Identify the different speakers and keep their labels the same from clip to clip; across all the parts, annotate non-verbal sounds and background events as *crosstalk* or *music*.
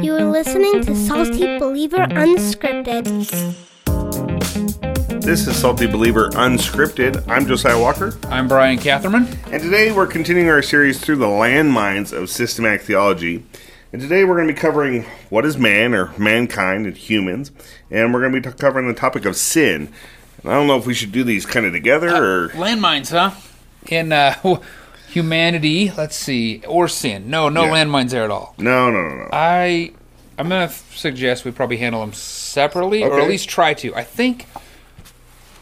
Speaker 1: You are listening to Salty Believer Unscripted.
Speaker 2: This is Salty Believer Unscripted. I'm Josiah Walker,
Speaker 3: I'm Brian Catherman.
Speaker 2: and today we're continuing our series through the landmines of systematic theology. And today we're going to be covering what is man or mankind and humans, and we're going to be t- covering the topic of sin. And I don't know if we should do these kind of together or
Speaker 3: Landmines, huh? In uh, *laughs* humanity, let's see, or sin. No, no
Speaker 2: Yeah.
Speaker 3: landmines there at all.
Speaker 2: no, no, no, no.
Speaker 3: I, I'm gonna f- suggest we probably handle them separately, or
Speaker 2: Okay.
Speaker 3: at least try to. I think,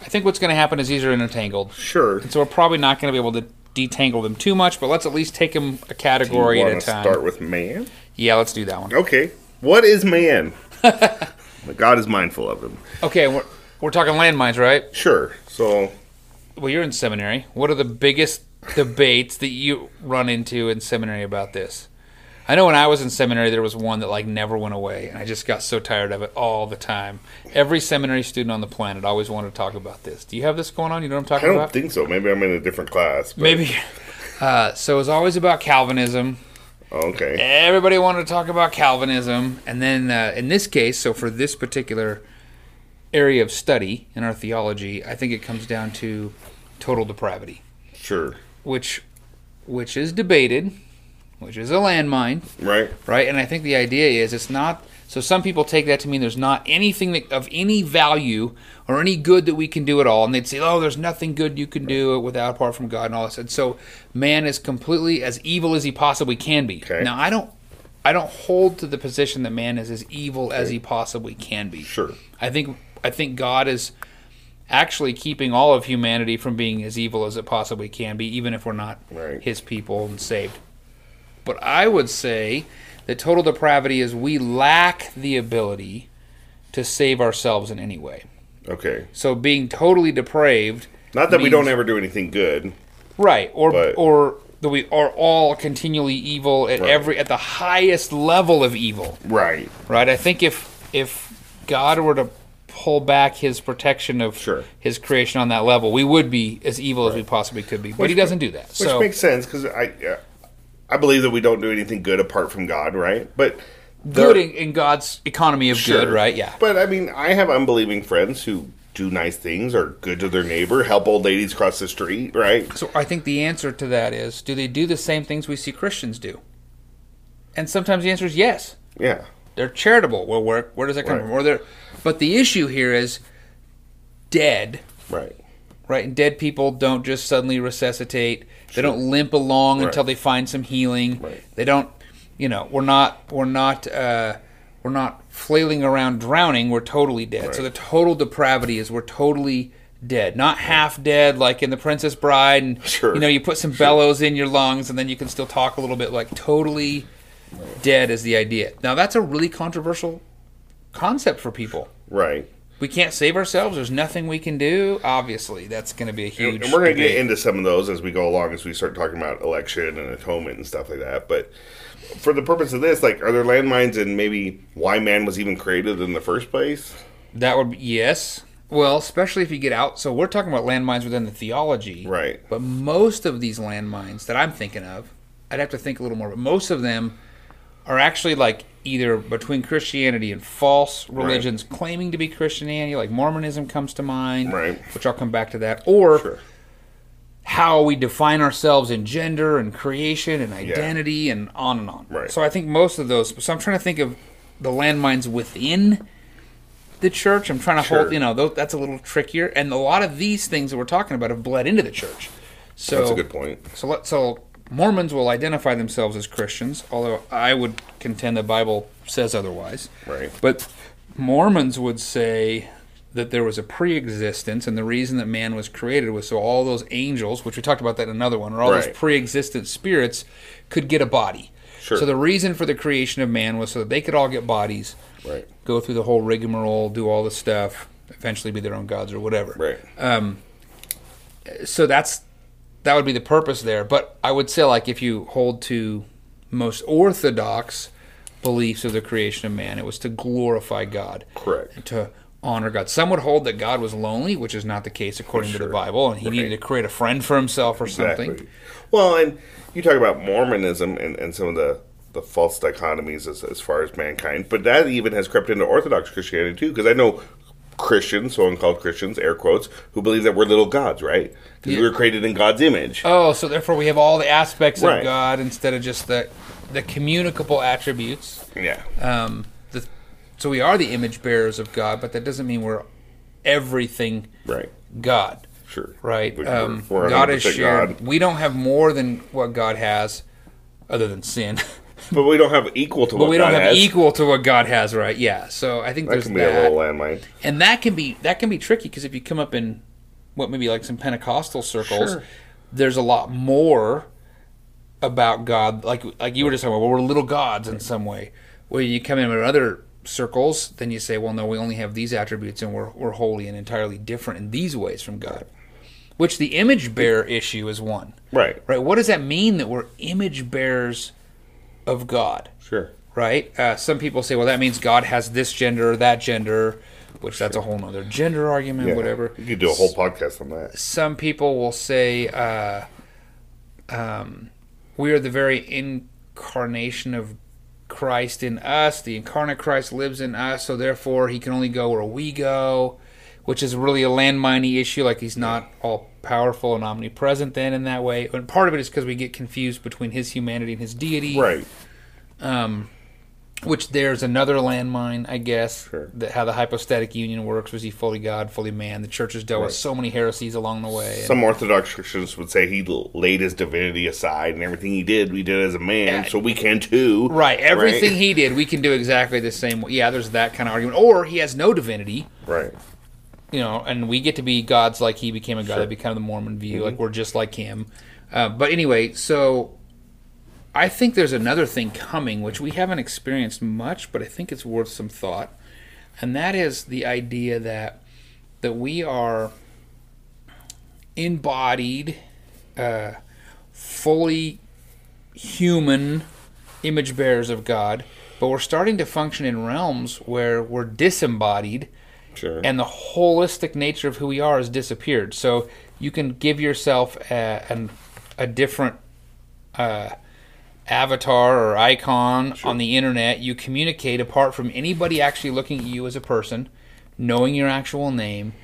Speaker 3: I think what's gonna happen is these are intertangled,
Speaker 2: Sure.
Speaker 3: so we're probably not gonna be able to detangle them too much. But let's at least take them a category
Speaker 2: you
Speaker 3: at
Speaker 2: wanna
Speaker 3: a time.
Speaker 2: start with man?
Speaker 3: yeah, let's do that one.
Speaker 2: Okay. What is
Speaker 3: *laughs*
Speaker 2: man? But God is mindful of him.
Speaker 3: Okay, we're, we're talking landmines, right?
Speaker 2: Sure. So
Speaker 3: Well, you're in seminary. What are the biggest debates that you run into in seminary about this? I know when I was in seminary, there was one that like never went away, and I just got so tired of it all the time. Every seminary student on the planet always wanted to talk about this. Do you have this going on? You know what I'm
Speaker 2: I
Speaker 3: talking
Speaker 2: don't
Speaker 3: about?
Speaker 2: think so. Maybe I'm in a different class. But,
Speaker 3: Maybe. *laughs* Uh, so it was always about Calvinism.
Speaker 2: Oh,
Speaker 3: Eh.
Speaker 2: okay.
Speaker 3: Everybody wanted to talk about Calvinism, and then uh, in this case, so for this particular area of study in our theology, I think it comes down to total depravity
Speaker 2: Sure.
Speaker 3: which which is debated, which is a landmine,
Speaker 2: Right.
Speaker 3: right? And I think the idea is it's not so some people take that to mean there's not anything that, of any value or any good that we can do at all and they'd say oh there's nothing good you can do without apart from God and all this and so man is completely as evil as he possibly can be.
Speaker 2: Okay.
Speaker 3: Now I don't I don't hold to the position that man is as evil as he possibly can be.
Speaker 2: Sure.
Speaker 3: I think I think God is actually keeping all of humanity from being as evil as it possibly can be, even if we're not
Speaker 2: Right.
Speaker 3: His people and saved. But I would say that total depravity is we lack the ability to save ourselves in any way.
Speaker 2: Okay.
Speaker 3: So being totally depraved,
Speaker 2: Not that we don't
Speaker 3: means-
Speaker 2: ever do anything good.
Speaker 3: right? Or
Speaker 2: Right.
Speaker 3: or that we are all continually evil at
Speaker 2: Right.
Speaker 3: every at the highest level of evil.
Speaker 2: Right.
Speaker 3: right? I think if if God were to pull back His protection of
Speaker 2: Sure.
Speaker 3: His creation on that level, we would be as evil as we possibly could be. But He doesn't do that.
Speaker 2: Which
Speaker 3: so
Speaker 2: makes sense because I, uh, I believe that we don't do anything good apart from God, right? But
Speaker 3: good
Speaker 2: there-
Speaker 3: in, in God's economy of
Speaker 2: sure.
Speaker 3: good, right? Yeah.
Speaker 2: But I mean, I have unbelieving friends who do nice things, are good to their neighbor, help old ladies cross the street, right?
Speaker 3: So I think the answer to that is: Do they do the same things we see Christians do? And sometimes the answer is yes.
Speaker 2: Yeah.
Speaker 3: They're charitable. Well, where where does that come
Speaker 2: Right.
Speaker 3: from? Or they're, but the issue here is dead
Speaker 2: Right. *laughs*
Speaker 3: right? And dead people don't just suddenly resuscitate. They don't limp along until they find some healing.
Speaker 2: Right.
Speaker 3: They don't, you know, we're not we're not uh, we're not flailing around drowning. We're totally dead. So the total depravity is we're totally dead, not half dead like in The Princess Bride. And
Speaker 2: Sure.
Speaker 3: you know, you put some bellows in your lungs and then you can still talk a little bit. Like totally dead is the idea. Now that's a really controversial concept for people
Speaker 2: Right.
Speaker 3: we can't save ourselves. There's nothing we can do. Obviously, that's going to be a huge.
Speaker 2: And we're going to
Speaker 3: debate.
Speaker 2: get into some of those as we go along, as we start talking about election and atonement and stuff like that. But for the purpose of this, like, are there landmines in maybe why man was even created in the first place?
Speaker 3: that would be, yes. Well, especially if you get out. So we're talking about landmines within the theology,
Speaker 2: Right.
Speaker 3: But most of these landmines that I'm thinking of, I'd have to think a little more. But most of them are actually like either between Christianity and false religions claiming to be Christianity, like Mormonism comes to mind,
Speaker 2: Right.
Speaker 3: Which I'll come back to that, or
Speaker 2: Sure.
Speaker 3: how we define ourselves in gender and creation and identity and on and on.
Speaker 2: Right.
Speaker 3: So I think most of those. So I'm trying to think of the landmines within the church. I'm trying to
Speaker 2: Sure.
Speaker 3: hold. You know, tho- that's a little trickier. And a lot of these things that we're talking about have bled into the church. So
Speaker 2: That's a good point.
Speaker 3: So let so Mormons will identify themselves as Christians, although I would contend the Bible says otherwise.
Speaker 2: Right.
Speaker 3: But Mormons would say that there was a pre-existence, and the reason that man was created was so all those angels, which we talked about that in another one, or all
Speaker 2: Right.
Speaker 3: those pre-existent spirits could get a body.
Speaker 2: Sure.
Speaker 3: So the reason for the creation of man was so that they could all get bodies,
Speaker 2: Right.
Speaker 3: go through the whole rigmarole, do all the stuff, eventually be their own gods or whatever
Speaker 2: Right.
Speaker 3: so that's that would be the purpose there. But I would say like if you hold to most orthodox beliefs of the creation of man, it was to glorify God.
Speaker 2: Correct.
Speaker 3: And to honor God. Some would hold that God was lonely, which is not the case according to the Bible, and he needed to create a friend for himself or something.
Speaker 2: Well, and you talk about Mormonism and, and some of the the false dichotomies as, as far as mankind. But that even has crept into Orthodox Christianity too, because I know Christians, so called Christians, air quotes, who believe that we're little gods, right? Because we were created in God's image.
Speaker 3: Oh, so therefore we have all the aspects
Speaker 2: Right.
Speaker 3: of God instead of just the the communicable attributes.
Speaker 2: yeah.
Speaker 3: Um, the, so we are the image bearers of God, but that doesn't mean we're everything
Speaker 2: right.
Speaker 3: God.
Speaker 2: Sure.
Speaker 3: Right.
Speaker 2: We're-
Speaker 3: Um,
Speaker 2: we're
Speaker 3: God is
Speaker 2: 100%
Speaker 3: shared.
Speaker 2: God.
Speaker 3: We don't have more than what God has, other than sin. *laughs*
Speaker 2: But we don't have equal to
Speaker 3: but
Speaker 2: what
Speaker 3: we don't
Speaker 2: God
Speaker 3: have
Speaker 2: has.
Speaker 3: equal to what God has, right? Yeah. So I think
Speaker 2: That
Speaker 3: there's
Speaker 2: can be
Speaker 3: that,
Speaker 2: a little landmine.
Speaker 3: and that can be that can be tricky because if you come up in what maybe like some Pentecostal circles,
Speaker 2: Sure.
Speaker 3: there's a lot more about God. Like like you were just talking about, well, we're little gods in some way. Where you come in with other circles, then you say, well, no, we only have these attributes, and we're we're holy and entirely different in these ways from God. Which the image bearer issue is one.
Speaker 2: Right.
Speaker 3: Right. What does that mean that we're image bearers of God?
Speaker 2: Sure.
Speaker 3: Right. Uh, some people say, well, that means God has this gender or that gender, which that's a whole nother gender argument,
Speaker 2: Yeah.
Speaker 3: whatever.
Speaker 2: You could do a whole podcast on that.
Speaker 3: Some people will say, uh, um, we are the very incarnation of Christ in us. The incarnate Christ lives in us, so therefore he can only go where we go, which is really a landminy issue. Like he's not all powerful and omnipresent then in that way. And part of it is because we get confused between his humanity and his deity
Speaker 2: Right.
Speaker 3: Um, which there's another landmine, I guess,
Speaker 2: Sure.
Speaker 3: that how the hypostatic union works. Was he fully God, fully man? The church has dealt with so many heresies along the way. and-
Speaker 2: Some Orthodox Christians would say he l- laid his divinity aside and everything he did, we did as a man, so we can too.
Speaker 3: right, everything
Speaker 2: Right.
Speaker 3: he did, we can do exactly the same. way. Yeah, there's that kind of argument. Or he has no divinity,
Speaker 2: Right.
Speaker 3: you know, and we get to be gods like he became a god. That'd be kind of the Mormon view, like we're just like him. Uh, but anyway, so I think there's another thing coming, which we haven't experienced much, but I think it's worth some thought, and that is the idea that that we are embodied, uh, fully human image bearers of God, but we're starting to function in realms where we're disembodied
Speaker 2: Sure.
Speaker 3: and the holistic nature of who we are has disappeared. So you can give yourself a, an, a different uh, avatar or icon on the internet. You communicate apart from anybody actually looking at you as a person, knowing your actual name.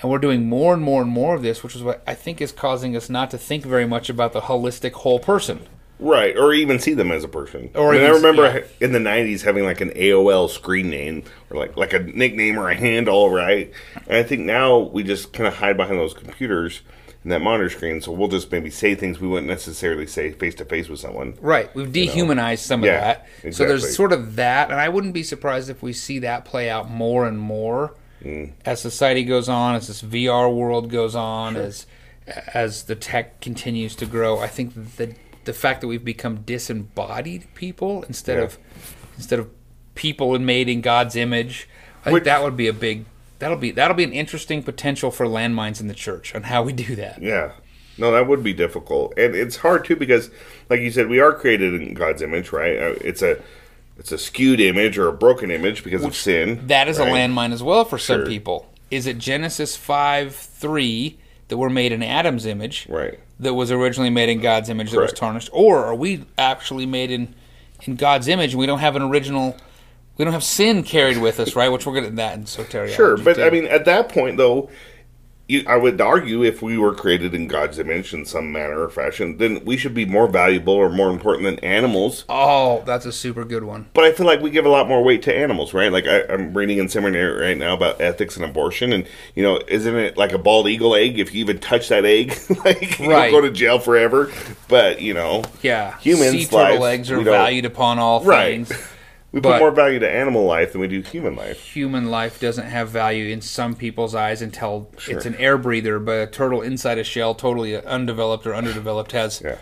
Speaker 3: And we're doing more and more and more of this, which is what I think is causing us not to think very much about the holistic whole person.
Speaker 2: Right, or even see them as a person.
Speaker 3: Or
Speaker 2: I, mean, I
Speaker 3: even-
Speaker 2: remember
Speaker 3: yeah.
Speaker 2: in the '90s having like an AOL screen name, or like like a nickname or a handle, right? And I think now we just kind of hide behind those computers and that monitor screen, so we'll just maybe say things we wouldn't necessarily say face to face with someone.
Speaker 3: Right. We've dehumanized some of
Speaker 2: Yeah,
Speaker 3: that. So
Speaker 2: exactly.
Speaker 3: there's sort of that, and I wouldn't be surprised if we see that play out more and more
Speaker 2: Mm.
Speaker 3: as society goes on, as this VR world goes on, as as the tech continues to grow. I think the the fact that we've become disembodied people instead
Speaker 2: Yeah.
Speaker 3: of instead of people and made in God's image, I think
Speaker 2: Which-
Speaker 3: that would be a big that'll be that'll be an interesting potential for landmines in the church on how we do that.
Speaker 2: Yeah, no, that would be difficult, and it's hard too because, like you said, we are created in God's image, right? Uh, It's a it's a skewed image or a broken image because of sin.
Speaker 3: That is a
Speaker 2: right?
Speaker 3: landmine as well for some
Speaker 2: Sure.
Speaker 3: people. Is it Genesis 5 3 that we're made in Adam's image?
Speaker 2: Right.
Speaker 3: That was originally made in God's image that was
Speaker 2: Correct.
Speaker 3: tarnished? Or are we actually made in, in God's image and we don't have an original, we don't have sin carried with us, right? Which we're going to that in soteriology.
Speaker 2: Sure, but
Speaker 3: too.
Speaker 2: I mean, at that point, though, you, I would argue if we were created in God's image in some manner or fashion, then we should be more valuable or more important than animals.
Speaker 3: Oh, that's a super good one.
Speaker 2: But I feel like we give a lot more weight to animals, right? Like I, I'm reading in seminary right now about ethics and abortion, and you know, isn't it like a bald eagle egg? If you even touch that egg, *laughs* like you
Speaker 3: Right.
Speaker 2: go to jail forever. But you know,
Speaker 3: Yeah.
Speaker 2: humans
Speaker 3: Sea turtle
Speaker 2: life,
Speaker 3: eggs are
Speaker 2: we don't-
Speaker 3: valued upon all
Speaker 2: Right.
Speaker 3: things.
Speaker 2: We put
Speaker 3: but-
Speaker 2: more value to animal life than we do human life.
Speaker 3: Human life doesn't have value in some people's eyes until
Speaker 2: Sure.
Speaker 3: it's an air breather, but a turtle inside a shell, totally undeveloped or underdeveloped, has
Speaker 2: Yeah,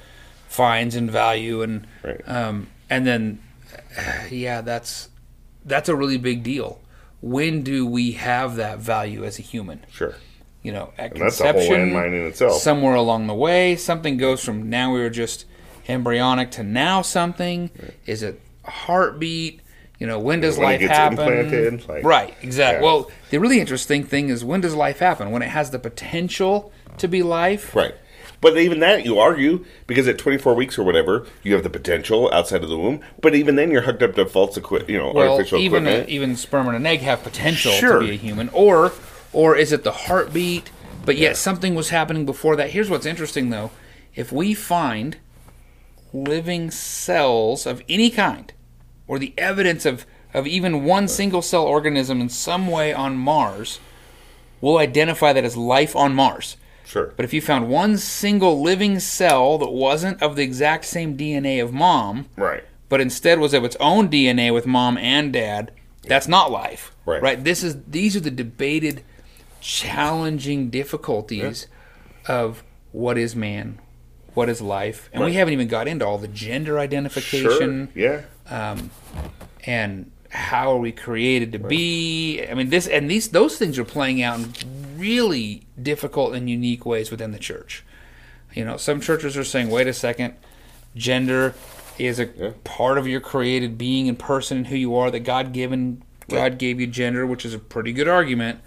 Speaker 3: finds and value and
Speaker 2: Right.
Speaker 3: um, and then *sighs* yeah that's that's a really big deal when do we have that value as a human
Speaker 2: sure.
Speaker 3: you know at
Speaker 2: that's a whole
Speaker 3: conception
Speaker 2: landmine in itself.
Speaker 3: somewhere along the way something goes from now we were just embryonic to now something is it a heartbeat you know when does
Speaker 2: When it
Speaker 3: life
Speaker 2: gets
Speaker 3: happen
Speaker 2: implanted, like-
Speaker 3: right
Speaker 2: Yeah.
Speaker 3: exactly well the really interesting thing is when does life happen when it has the potential to be life
Speaker 2: Right. But even that, you argue because at 24 weeks or whatever, you have the potential outside of the womb. But even then, you're hooked up to false equipment, you know,
Speaker 3: Well,
Speaker 2: artificial
Speaker 3: even a, e-
Speaker 2: equipment.
Speaker 3: even sperm and an egg have potential
Speaker 2: Sure.
Speaker 3: to be a human, or or is it the heartbeat? But yet something was happening before that. Here's what's interesting though: if we find living cells of any kind, or the evidence of of even one single cell organism in some way on Mars, we'll identify that as life on Mars.
Speaker 2: sure.
Speaker 3: But if you found one single living cell that wasn't of the exact same DNA of mom,
Speaker 2: right.
Speaker 3: but instead was of its own DNA with mom and dad, that's not life.
Speaker 2: Right.
Speaker 3: This is these are the debated challenging difficulties of what is man, what is life. And we
Speaker 2: Right.
Speaker 3: haven't even got into all the gender identification
Speaker 2: Sure. Yeah.
Speaker 3: and how are we created to be? I mean, this and these those things are playing out in really difficult and unique ways within the church. You know, some churches are saying, "Wait a second, gender is a part of your created being and person and who you are that God given. God gave you gender, which is a pretty good argument."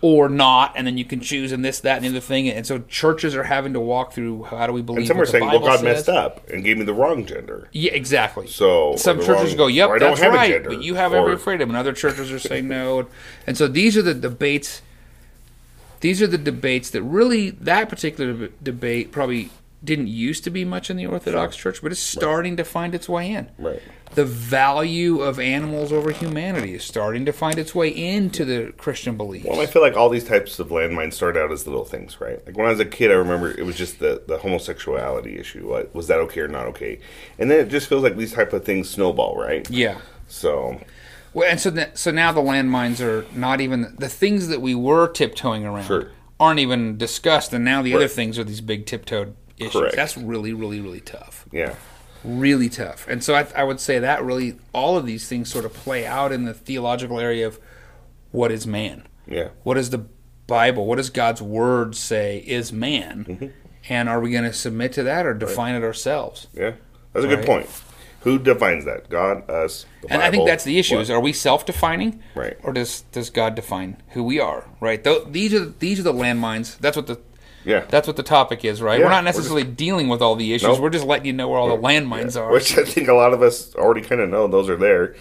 Speaker 3: Or not, and then you can choose and this, that, and the other thing. And so churches are having to walk through how do we believe?
Speaker 2: And some
Speaker 3: what
Speaker 2: are
Speaker 3: the
Speaker 2: saying, well,
Speaker 3: Bible
Speaker 2: God
Speaker 3: says.
Speaker 2: messed up and gave me the wrong gender.
Speaker 3: Yeah, exactly.
Speaker 2: So,
Speaker 3: some
Speaker 2: or the
Speaker 3: churches
Speaker 2: wrong-
Speaker 3: go, "Yep,
Speaker 2: or I don't
Speaker 3: that's
Speaker 2: have a
Speaker 3: right,"
Speaker 2: gender,
Speaker 3: but you have
Speaker 2: or-
Speaker 3: every freedom, and other churches
Speaker 2: *laughs*
Speaker 3: are saying no. And, and so these are the debates. These are the debates that really that particular deb- debate probably didn't used to be much in the Orthodox Church, but it's starting to find its way in.
Speaker 2: Right.
Speaker 3: The value of animals over humanity is starting to find its way into the Christian beliefs.
Speaker 2: Well, I feel like all these types of landmines start out as little things, right? Like when I was a kid, I remember it was just the, the homosexuality issue. Like, was that okay or not okay? And then it just feels like these type of things snowball, right?
Speaker 3: yeah.
Speaker 2: So,
Speaker 3: Well, and so th- so now the landmines are not even the things that we were tiptoeing around
Speaker 2: Sure.
Speaker 3: aren't even discussed, and now the other
Speaker 2: Right.
Speaker 3: things are these big tiptoed issues.
Speaker 2: Correct.
Speaker 3: That's really, really, really tough.
Speaker 2: yeah.
Speaker 3: Really tough. And so I, I would say that really all of these things sort of play out in the theological area of what is man.
Speaker 2: Yeah.
Speaker 3: What does the Bible, what does God's word say is man?
Speaker 2: Mm-hmm.
Speaker 3: And are we going to submit to that or define it ourselves?
Speaker 2: Yeah. That's a
Speaker 3: Right.
Speaker 2: good point. Who defines that? God, us, the
Speaker 3: And I think
Speaker 2: Bible,
Speaker 3: that's the issue:
Speaker 2: what?
Speaker 3: is are we self-defining,
Speaker 2: Right.
Speaker 3: Or does does God define who we are, right? Tho- these are these are the landmines. That's what the
Speaker 2: Yeah.
Speaker 3: that's what the topic is, right?
Speaker 2: Yeah,
Speaker 3: we're not
Speaker 2: we're
Speaker 3: necessarily dealing with all the issues.
Speaker 2: Nope.
Speaker 3: We're just letting you know where all the landmines are.
Speaker 2: Which I think a lot of us already kind of know those are there.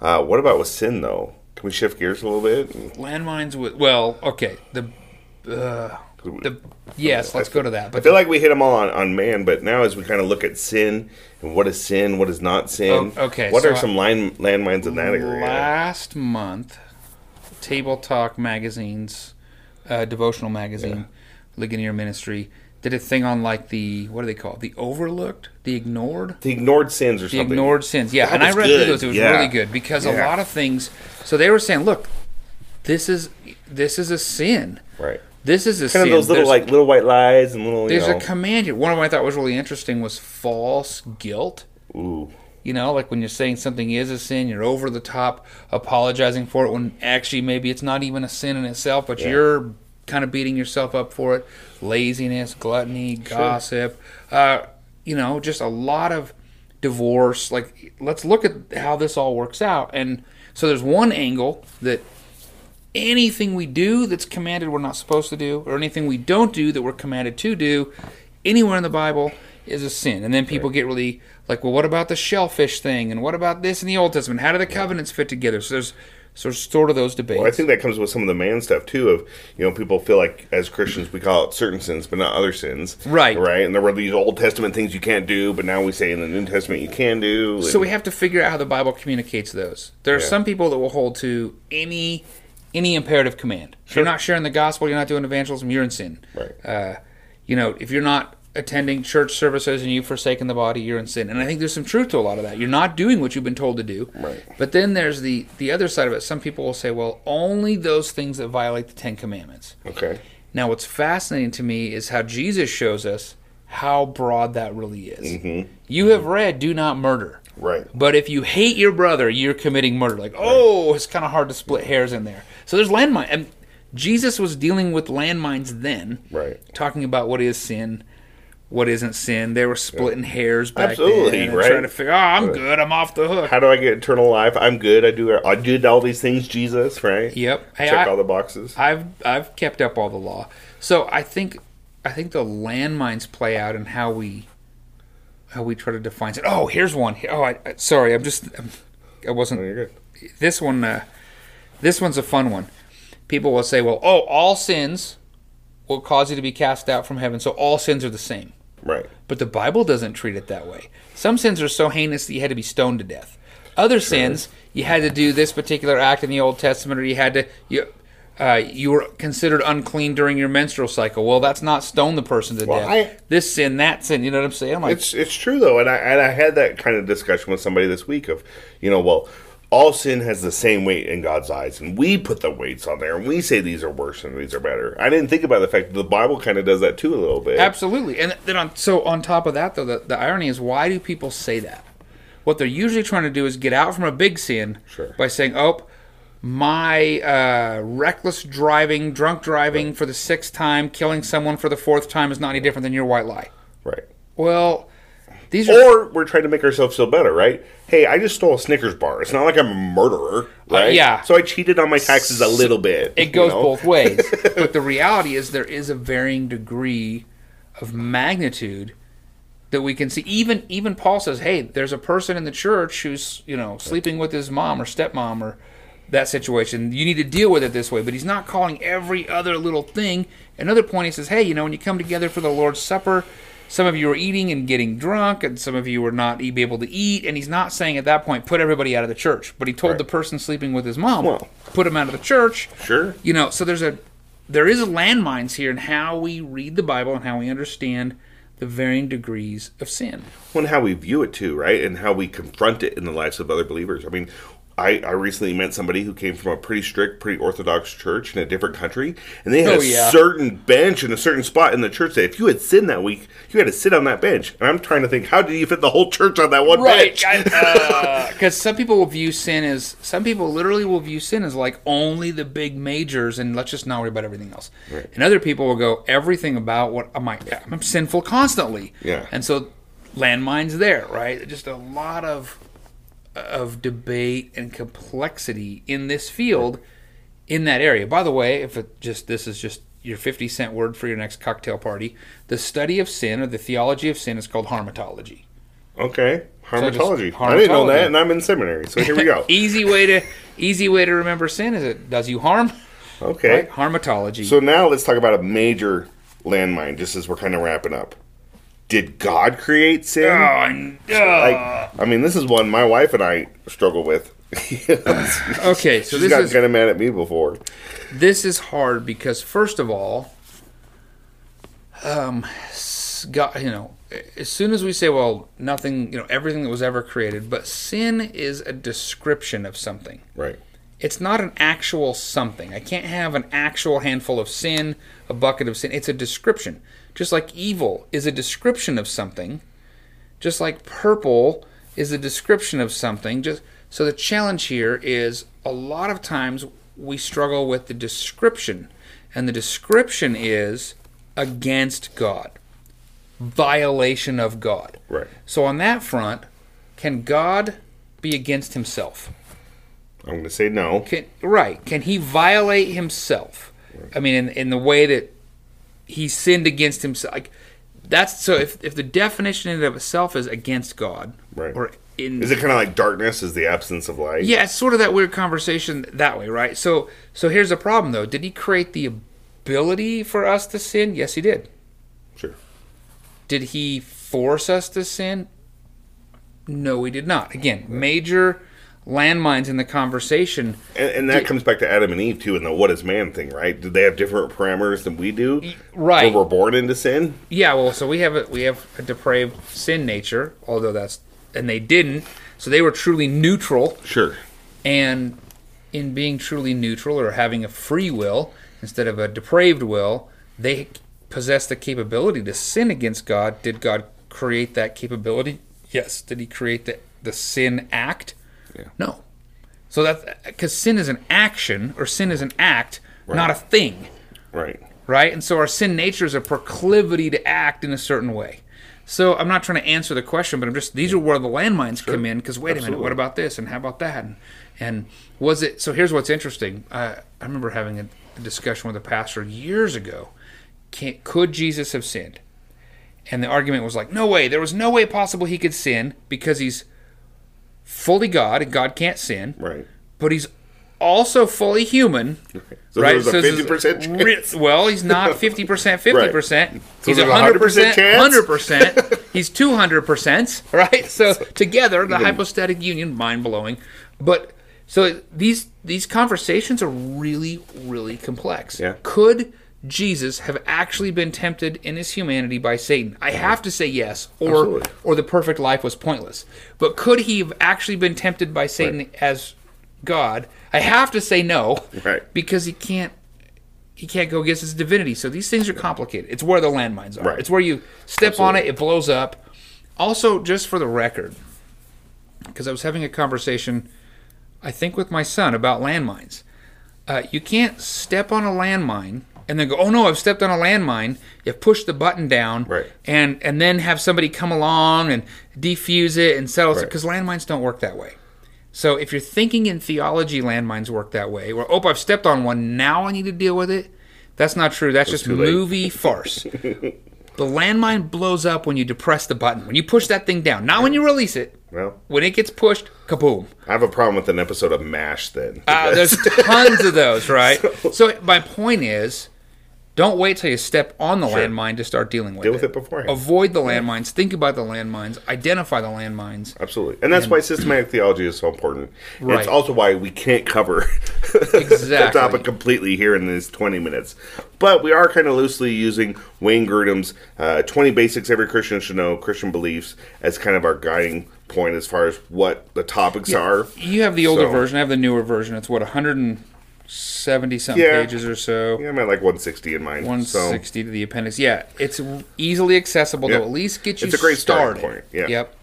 Speaker 2: Uh, what about with sin, though? Can we shift gears a little bit?
Speaker 3: landmines with well, okay, the uh, the yes, let's go to that.
Speaker 2: I
Speaker 3: But
Speaker 2: feel like we hit them all on, on man, but now as we kind of look at sin and what is sin, what is not sin,
Speaker 3: Oh, okay,
Speaker 2: what
Speaker 3: so
Speaker 2: are
Speaker 3: I-
Speaker 2: some line, landmines in that area?
Speaker 3: last month, Table Talk magazines, uh, devotional magazine, Ligonier Ministry did a thing on like the what do they call it? the overlooked, the ignored.
Speaker 2: The ignored sins or
Speaker 3: The
Speaker 2: something.
Speaker 3: ignored sins. Yeah, and I
Speaker 2: was
Speaker 3: read through
Speaker 2: good.
Speaker 3: those. It was
Speaker 2: Yeah.
Speaker 3: really good because a
Speaker 2: Yeah.
Speaker 3: lot of things. So they were saying, look, this is this is a sin.
Speaker 2: Right.
Speaker 3: This is a sin.
Speaker 2: Kind of those little
Speaker 3: There's-
Speaker 2: like little white lies and little. You
Speaker 3: there's
Speaker 2: know,
Speaker 3: a command here. One of them I thought was really interesting was false guilt.
Speaker 2: ooh,
Speaker 3: You know, like when you're saying something is a sin, you're over the top apologizing for it when actually maybe it's not even a sin in itself, but you're kind of beating yourself up for it. Laziness, gluttony, gossip, uh, you know, just a lot of divorce. Like, let's look at how this all works out. And so there's one angle that anything we do that's commanded we're not supposed to do, or anything we don't do that we're commanded to do, anywhere in the Bible is a sin. And then people get really like, well, what about the shellfish thing? And what about this in the Old Testament? How do the covenants fit together? So there's so there's sort of those debates.
Speaker 2: Well, I think that comes with some of the man stuff too. Of you know, people feel like as Christians we call it certain sins, but not other sins.
Speaker 3: Right.
Speaker 2: Right. And there were these Old Testament things you can't do, but now we say in the New Testament you can do. and-
Speaker 3: so we have to figure out how the Bible communicates those. There are
Speaker 2: Yeah.
Speaker 3: some people that will hold to any any imperative command. If You're not sharing the gospel. You're not doing evangelism. You're in sin.
Speaker 2: Right.
Speaker 3: Uh, you know, if you're not attending church services and you've forsaken the body, you're in sin. And I think there's some truth to a lot of that. You're not doing what you've been told to do.
Speaker 2: Right.
Speaker 3: But then there's the the other side of it. Some people will say, well, only those things that violate the Ten Commandments.
Speaker 2: okay.
Speaker 3: Now, what's fascinating to me is how Jesus shows us how broad that really is. You have read "Do not murder,"
Speaker 2: Right.
Speaker 3: But if you hate your brother, you're committing murder. Like, oh, it's kind of hard to split hairs in there. So there's landmine, and Jesus was dealing with landmines then,
Speaker 2: Right.
Speaker 3: Talking about what is sin, what isn't sin. They were splitting hairs back
Speaker 2: Absolutely,
Speaker 3: then, and
Speaker 2: right.
Speaker 3: Trying to figure, oh, I'm good, I'm off the hook.
Speaker 2: How do I get eternal life? I'm good. I do. I did all these things, Jesus. Right.
Speaker 3: Yep. Hey,
Speaker 2: Check
Speaker 3: I-
Speaker 2: all the boxes.
Speaker 3: I've I've kept up all the law. So I think I think the landmines play out in how we how we try to define it. Oh, here's one. Oh, I, I sorry, I'm just I'm, I wasn't.
Speaker 2: Oh, you're good.
Speaker 3: This one, uh, this one's a fun one. People will say, "Well, oh, all sins will cause you to be cast out from heaven, so all sins are the same."
Speaker 2: Right.
Speaker 3: But the Bible doesn't treat it that way. Some sins are so heinous that you had to be stoned to death. Other sins, you had to do this particular act in the Old Testament, or you had to you uh, you were considered unclean during your menstrual cycle. Well, that's not stone the person to
Speaker 2: Well,
Speaker 3: death.
Speaker 2: I-
Speaker 3: this sin, that sin. You know what I'm saying? I'm like,
Speaker 2: It's it's true though, and I and I had that kind of discussion with somebody this week of, you know, well, all sin has the same weight in God's eyes, and we put the weights on there, and we say these are worse and these are better. I didn't think about the fact that the Bible kind of does that too a little bit.
Speaker 3: Absolutely. And then on so on top of that though, the, the irony is why do people say that? What they're usually trying to do is get out from a big sin
Speaker 2: Sure.
Speaker 3: by saying, "Oh, my uh, reckless driving, drunk driving for the sixth time, killing someone for the fourth time is not any different than your white lie."
Speaker 2: Right.
Speaker 3: Well, these are
Speaker 2: Or we're trying to make ourselves feel better, right? Hey, I just stole a Snickers bar. It's not like I'm a murderer, right?
Speaker 3: Uh, yeah.
Speaker 2: So I cheated on my taxes a little bit.
Speaker 3: it
Speaker 2: you
Speaker 3: goes
Speaker 2: know? *laughs*
Speaker 3: both ways. but the reality is there is a varying degree of magnitude that we can see. Even even Paul says, "Hey, there's a person in the church who's you know sleeping with his mom or stepmom or that situation. You need to deal with it this way." But he's not calling every other little thing. Another point, he says, "Hey, you know, when you come together for the Lord's supper." Some of you are eating and getting drunk, and some of you were not e- be able to eat. And he's not saying at that point, put everybody out of the church. But he told the person sleeping with his mom,
Speaker 2: Well.
Speaker 3: put him out of the church
Speaker 2: Sure.
Speaker 3: you know so there's a there is landmines here in how we read the bible and how we understand the varying degrees of sin
Speaker 2: on how we view it too, right? And how we confront it in the lives of other believers. I mean, I, I recently met somebody who came from a pretty strict, pretty orthodox church in a different country, and they had
Speaker 3: Oh,
Speaker 2: a
Speaker 3: yeah.
Speaker 2: certain bench and a certain spot in the church that if you had sinned that week, you had to sit on that bench. And I'm trying to think, how did you fit the whole church on that one bench?
Speaker 3: because uh, some people will view sin as some people literally will view sin as like only the big majors and let's just not worry about everything else and other people will go everything about what am i i'm sinful constantly
Speaker 2: Yeah.
Speaker 3: and so landmines there right just a lot of of debate and complexity in this field in that area. By the way, if it just this is just your 50 cent word for your next cocktail party, the study of sin or the theology of sin is called harmatology.
Speaker 2: Okay,
Speaker 3: just
Speaker 2: harmatology. I didn't know
Speaker 3: harmatology.
Speaker 2: that, and I'm in seminary, so here we
Speaker 3: *laughs*
Speaker 2: go.
Speaker 3: Easy way to easy way to remember sin is it does you harm?
Speaker 2: Okay,
Speaker 3: Right? Harmatology.
Speaker 2: so now let's talk about a major landmine, just as we're kind of wrapping up. Did God create sin?
Speaker 3: Oh, and- oh.
Speaker 2: like I mean, this is one my wife and I struggle with. *laughs* You know,
Speaker 3: okay, so
Speaker 2: She's
Speaker 3: this
Speaker 2: got
Speaker 3: is
Speaker 2: kind of mad at me before.
Speaker 3: this is hard because first of all um s- god you know as soon as we say well nothing you know everything that was ever created but sin is a description of something
Speaker 2: Right.
Speaker 3: it's not an actual something. I can't have an actual handful of sin, a bucket of sin. It's a description. Just like evil is a description of something, just like purple is a description of something. Just so the challenge here is a lot of times we struggle with the description, and the description is against God. Violation of God.
Speaker 2: Right.
Speaker 3: So on that front, can God be against himself?
Speaker 2: I'm going to say no.
Speaker 3: can right can he violate himself i mean in, in the way that he sinned against himself like that's so if, if the definition in and of itself is against god
Speaker 2: Right.
Speaker 3: or in
Speaker 2: Is it kind of like darkness is the absence of light?
Speaker 3: yeah it's sort of that weird conversation that way right so so here's the problem though did he create the ability for us to sin yes he did
Speaker 2: Sure.
Speaker 3: did he force us to sin? No, he did not. Again, major landmines in the conversation.
Speaker 2: And, and that comes back to Adam and Eve too, and the what is man thing, right? Did they have different parameters than we do?
Speaker 3: right.
Speaker 2: Where we're born into sin?
Speaker 3: Yeah, well, so we have a we have a depraved sin nature, although that's and they didn't. So they were truly neutral,
Speaker 2: Sure.
Speaker 3: and in being truly neutral or having a free will instead of a depraved will, they possess the capability to sin against God. Did God create that capability? Yes. Did He create the the sin act?
Speaker 2: Yeah.
Speaker 3: No. So that's because sin is an action or sin is an act, not a thing
Speaker 2: Right.
Speaker 3: right? And so our sin nature is a proclivity to act in a certain way. So I'm not trying to answer the question, but I'm just these are where the landmines come in. Because wait a minute, what about this and how about that? And, and was it so? Here's what's interesting. I I remember having a discussion with a pastor years ago. can, could Jesus have sinned? And the argument was like, no way. There was no way possible he could sin because he's fully God and God can't sin,
Speaker 2: Right.
Speaker 3: but he's also fully human.
Speaker 2: So
Speaker 3: right?
Speaker 2: there's a
Speaker 3: this is
Speaker 2: 50% chance.
Speaker 3: ri- Well, he's not
Speaker 2: *laughs*
Speaker 3: 50%, 50%. he's
Speaker 2: there's a
Speaker 3: 100%,
Speaker 2: 100% chance?
Speaker 3: 100%.
Speaker 2: *laughs*
Speaker 3: He's 200%, right? So together, the hypostatic union, mind-blowing. But so these these conversations are really really complex.
Speaker 2: Yeah.
Speaker 3: Could Jesus have actually been tempted in his humanity by Satan? I have to say yes, or
Speaker 2: Uh-huh. Absolutely.
Speaker 3: or the perfect life was pointless. But could he have actually been tempted by Satan as God? I have to say no,
Speaker 2: Right.
Speaker 3: because he can't he can't go against his divinity. So these things are complicated. It's where the landmines are.
Speaker 2: Right.
Speaker 3: It's where you step on it, it blows up. Also, just for the record, because I was having a conversation, I think, with my son about landmines. Uh, you can't step on a landmine and then go, "Oh no, I've stepped on a landmine." You push the button down,
Speaker 2: Right.
Speaker 3: and and then have somebody come along and defuse it and settle it
Speaker 2: Right.
Speaker 3: because landmines don't work that way. So if you're thinking in theology, landmines work that way. Where oh, I've stepped on one, now I need to deal with it. That's not true. That's just
Speaker 2: too late.
Speaker 3: movie farce. the landmine blows up when you depress the button, when you push that thing down, not when you release it.
Speaker 2: Well,
Speaker 3: When it gets pushed, kaboom.
Speaker 2: I have a problem with an episode of MASH then.
Speaker 3: *laughs* Uh, there's tons of
Speaker 2: *laughs*
Speaker 3: those, right? So, my point is, don't wait till you step on the landmine to start dealing with
Speaker 2: Deal
Speaker 3: it.
Speaker 2: with it beforehand.
Speaker 3: Avoid the landmines. Think about the landmines. Identify the landmines.
Speaker 2: Absolutely. And that's why systematic theology is so important. And
Speaker 3: Right.
Speaker 2: It's also why we can't cover *laughs* the
Speaker 3: Exactly.
Speaker 2: topic completely here in these 20 minutes. But we are kind of loosely using Wayne Grudem's uh, 20 Basics Every Christian Should Know, Christian Beliefs, as kind of our guiding point as far as what the topics are.
Speaker 3: You have the older
Speaker 2: So-
Speaker 3: version. I have the newer version. It's what 170 something
Speaker 2: Yeah.
Speaker 3: pages or so.
Speaker 2: Yeah, I'm at like 160 in mine. 160.
Speaker 3: 160 to the appendix. Yeah, it's easily accessible
Speaker 2: Yeah.
Speaker 3: to at least get you.
Speaker 2: It's a great starting
Speaker 3: started.
Speaker 2: point, yeah.
Speaker 3: Yep.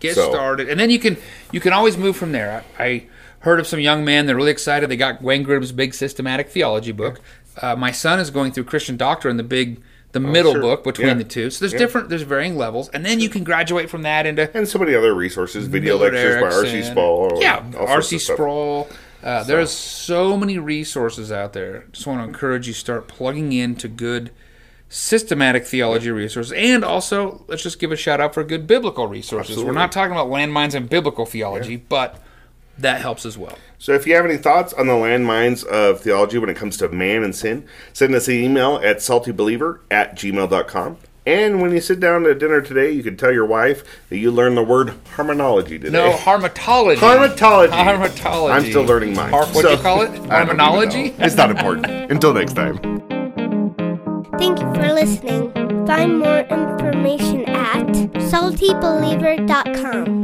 Speaker 3: Get
Speaker 2: So-
Speaker 3: started, and then you can you can always move from there. I, I heard of some young man. They're really excited. They got Wayne Grudem's big systematic theology book. Uh, my son is going through Christian Doctrine, the big the middle
Speaker 2: Oh, sure.
Speaker 3: book between
Speaker 2: Yeah.
Speaker 3: the two. So there's different there's varying levels, and then you can graduate from that into
Speaker 2: And so many other resources, video
Speaker 3: Millard
Speaker 2: lectures by R.C.
Speaker 3: Erickson.
Speaker 2: Sproul.
Speaker 3: Yeah,
Speaker 2: and all sorts
Speaker 3: R.C.
Speaker 2: of stuff.
Speaker 3: Sproul. Uh, There's so many resources out there. Just want to encourage you start plugging into good systematic theology resources, and also let's just give a shout out for good biblical resources. We're not talking about landmines and biblical theology, but that helps as well.
Speaker 2: So if you have any thoughts on the landmines of theology when it comes to man and sin, send us an email at saltybeliever at gmail.com. And when you sit down to dinner today, you can tell your wife that you learned the word harmonology today.
Speaker 3: No, harmatology.
Speaker 2: Harmatology.
Speaker 3: Harmatology.
Speaker 2: I'm still learning mine.
Speaker 3: Har- what do you call it?
Speaker 2: I don't even
Speaker 3: Harmonology?
Speaker 2: know. It's not important. Until next time.
Speaker 1: Thank you for listening. Find more information at saltybeliever.com.